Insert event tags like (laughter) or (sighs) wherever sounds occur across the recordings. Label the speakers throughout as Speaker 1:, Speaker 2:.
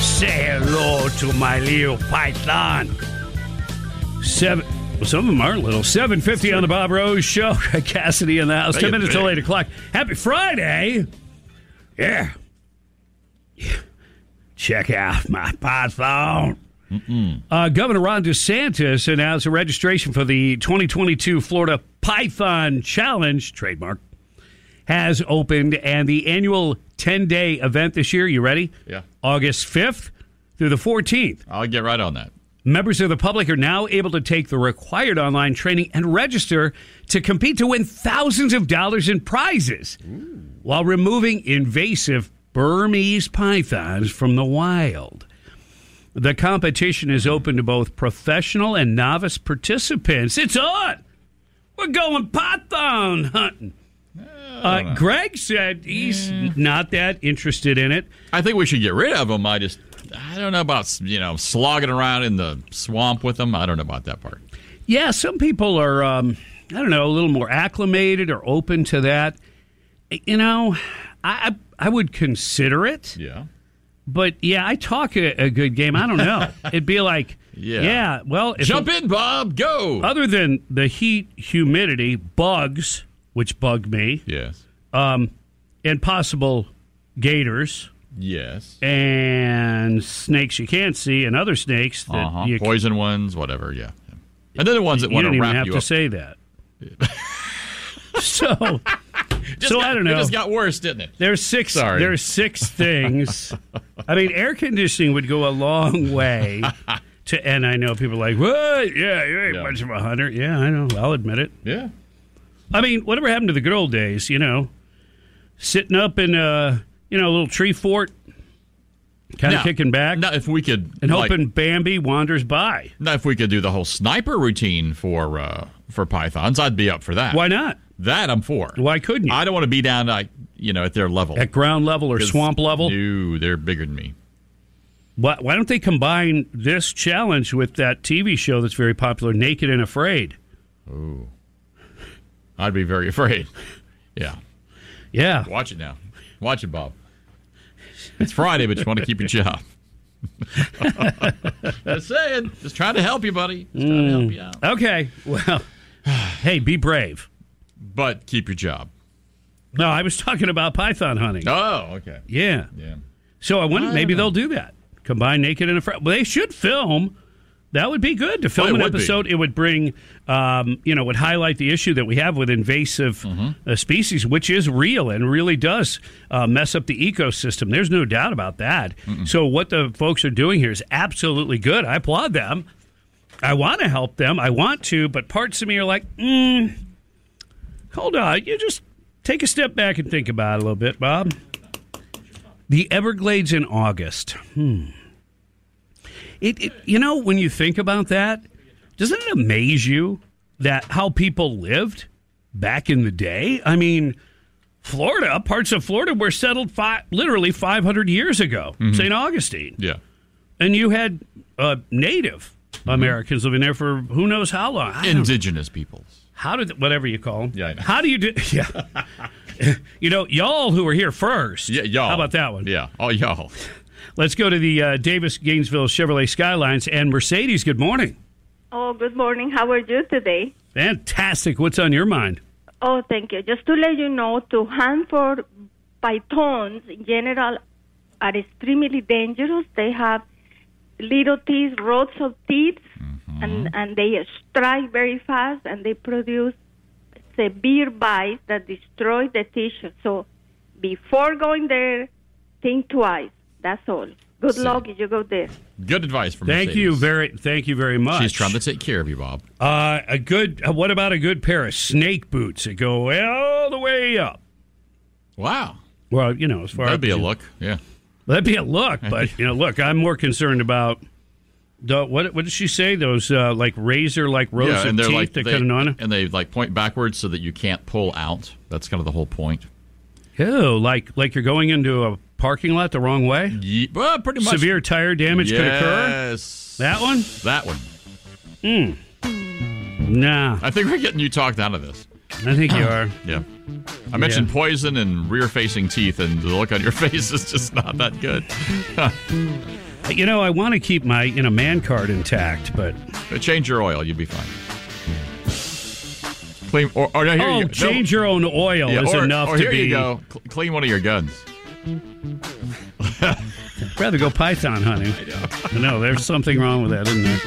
Speaker 1: Say hello to my little python. Seven. Well, some of them are little. Seven fifty on the Bob Rose Show. (laughs) Cassidy in the house. Ten minutes till eight o'clock. Happy Friday. Yeah. yeah. Check out my python. Uh, Governor Ron DeSantis announced a registration for the 2022 Florida Python Challenge trademark has opened, and the annual 10 day event this year. You ready?
Speaker 2: Yeah.
Speaker 1: August 5th through the 14th.
Speaker 2: I'll get right on that.
Speaker 1: Members of the public are now able to take the required online training and register to compete to win thousands of dollars in prizes while removing invasive Burmese pythons from the wild. The competition is open to both professional and novice participants. It's on! We're going python hunting. Uh, Greg said he's not that interested in it.
Speaker 2: I think we should get rid of them. I just, I don't know about you know slogging around in the swamp with them. I don't know about that part.
Speaker 1: Yeah, some people are, um, I don't know, a little more acclimated or open to that. You know, I I, I would consider it,
Speaker 2: Yeah.
Speaker 1: but yeah, I talk a, a good game. I don't
Speaker 2: (laughs)
Speaker 1: know. It'd be like, yeah,
Speaker 2: Yeah.
Speaker 1: well, if
Speaker 2: Jump
Speaker 1: it-
Speaker 2: in, Bob. Go.
Speaker 1: other than the heat, humidity, bugs, which bug me,
Speaker 2: yes.
Speaker 1: um, and possible gators
Speaker 2: Yes.
Speaker 1: and snakes you can't see, and other snakes that
Speaker 2: Uh-huh.
Speaker 1: you, you
Speaker 2: Poison ones, whatever. Yeah. And then the ones that want
Speaker 1: don't
Speaker 2: to
Speaker 1: even
Speaker 2: wrap
Speaker 1: have
Speaker 2: you
Speaker 1: to
Speaker 2: up.
Speaker 1: say
Speaker 2: (laughs)
Speaker 1: that. so, so I don't know.
Speaker 2: It just got worse, didn't it?
Speaker 1: There's six.
Speaker 2: Sorry.
Speaker 1: There's
Speaker 2: (laughs)
Speaker 1: six things. I mean, air conditioning would go a long
Speaker 2: (laughs)
Speaker 1: way to. And I know people are like, what? Yeah, you ain't
Speaker 2: Yeah.
Speaker 1: much of a hunter. Yeah, I know. I'll admit it.
Speaker 2: Yeah.
Speaker 1: I mean, whatever happened to the good old days? You know, sitting up in a you know a little tree fort, kind of
Speaker 2: Now-
Speaker 1: kicking back
Speaker 2: Now, if we could,
Speaker 1: and
Speaker 2: like,
Speaker 1: hoping Bambi wanders by.
Speaker 2: now if we could do the whole sniper routine for uh, for pythons, I'd be up for that.
Speaker 1: Why not?
Speaker 2: That I'm for.
Speaker 1: Why couldn't you?
Speaker 2: I don't want to be down like you know at their level.
Speaker 1: At ground level or
Speaker 2: 'Cause,
Speaker 1: swamp level?
Speaker 2: No, they're bigger than me.
Speaker 1: Why, why don't they combine this challenge with that TV show that's very popular, Naked and Afraid?
Speaker 2: I'd be very (laughs) afraid. Yeah.
Speaker 1: Yeah.
Speaker 2: Watch it now. Watch it, Bob. It's Friday, but you want to keep your job. (laughs) Just saying. Just trying to help you, buddy. Just trying
Speaker 1: Mm.
Speaker 2: to help you out.
Speaker 1: Okay. Well, (sighs) hey, be brave.
Speaker 2: But keep your job.
Speaker 1: No, I was talking about python hunting.
Speaker 2: Oh, okay.
Speaker 1: Yeah.
Speaker 2: Yeah.
Speaker 1: So I wonder maybe they'll do that. Combine naked and afraid. Well, they should film. That would be good to film
Speaker 2: it
Speaker 1: an
Speaker 2: would be.
Speaker 1: episode. It would bring, um, you know, would highlight the issue that we have with invasive
Speaker 2: Mm-hmm.
Speaker 1: uh, species, which is real and really does uh, mess up the ecosystem. There's no doubt about that. So what the folks are doing here is absolutely good. I applaud them. I want to help them. I want to, but parts of me are like, mm, hold on. You just take a step back and think about it a little bit, Bob. The Everglades in August. Hmm. It, it you know when you think about that, doesn't it amaze you that how people lived back in the day? I mean, Florida, parts of Florida were settled fi- literally 500 years ago,
Speaker 2: Mm-hmm.
Speaker 1: St. Augustine
Speaker 2: Yeah.
Speaker 1: and you had uh, Native
Speaker 2: Mm-hmm.
Speaker 1: Americans living there for who knows how long. I don't-
Speaker 2: Indigenous peoples.
Speaker 1: how did whatever you call them?
Speaker 2: Yeah, I know.
Speaker 1: How do you do? (laughs)
Speaker 2: (laughs)
Speaker 1: Yeah, you know, y'all who were here first.
Speaker 2: Yeah, y'all.
Speaker 1: How about that one?
Speaker 2: Yeah. Oh, y'all.
Speaker 1: Let's go to the uh, Davis Gainesville Chevrolet Skylines and Mercedes. Good morning.
Speaker 3: Oh, good morning. How are you today?
Speaker 1: Fantastic. What's on your mind?
Speaker 3: Oh, thank you. Just to let you know, to hunt for pythons in general are extremely dangerous. They have little teeth, rows of teeth, and, and they strike very fast and they produce severe bites that destroy the tissue. So before going there, think twice. That's all. Good luck if you go there.
Speaker 2: Good advice from
Speaker 1: Thank
Speaker 2: Mercedes.
Speaker 1: you very, thank you very much.
Speaker 2: She's trying to take care of you, Bob.
Speaker 1: Uh, a good. Uh, what about a good pair of snake boots that go all the way up?
Speaker 2: Wow.
Speaker 1: Well, you know, as far
Speaker 2: That'd
Speaker 1: as
Speaker 2: be a look. Yeah.
Speaker 1: that'd be a look,
Speaker 2: (laughs)
Speaker 1: but you know, look, I'm more concerned about the what what did she say? Those uh, like razor like rows
Speaker 2: yeah,
Speaker 1: of teeth that
Speaker 2: they,
Speaker 1: couldn't on it.
Speaker 2: and they like point backwards so that you can't pull out. That's kind of the whole point.
Speaker 1: Ew, Oh, like like you're going into a parking lot the wrong way.
Speaker 2: Ye- well, pretty much.
Speaker 1: Severe tire damage could occur.
Speaker 2: yes.
Speaker 1: That one?
Speaker 2: That one.
Speaker 1: Nah,
Speaker 2: I think we're getting you talked out of this.
Speaker 1: I think
Speaker 2: (clears throat)
Speaker 1: you are.
Speaker 2: Yeah. I mentioned poison and rear facing teeth, and the look on your (laughs) face is just not that good.
Speaker 1: Uh, You know, I want to keep my you know man card intact, but
Speaker 2: Change your oil, you'll be fine. Clean, or, or no, here
Speaker 1: oh,
Speaker 2: you go.
Speaker 1: change your own oil
Speaker 2: no, yeah,
Speaker 1: is
Speaker 2: or,
Speaker 1: enough
Speaker 2: or
Speaker 1: to
Speaker 2: here
Speaker 1: be.
Speaker 2: you go. Cl- clean one of your guns.
Speaker 1: Rather go python
Speaker 2: (laughs)
Speaker 1: hunting. I know. there's something wrong with that, isn't there?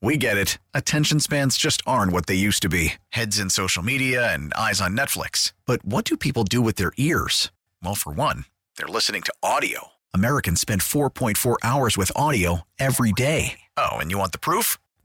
Speaker 4: We get it. Attention spans just aren't what they used to be heads in social media and eyes on Netflix. But what do people do with their ears? Well, for one, they're listening to audio. Americans spend 4.4 hours with audio every day. Oh, and you want the proof?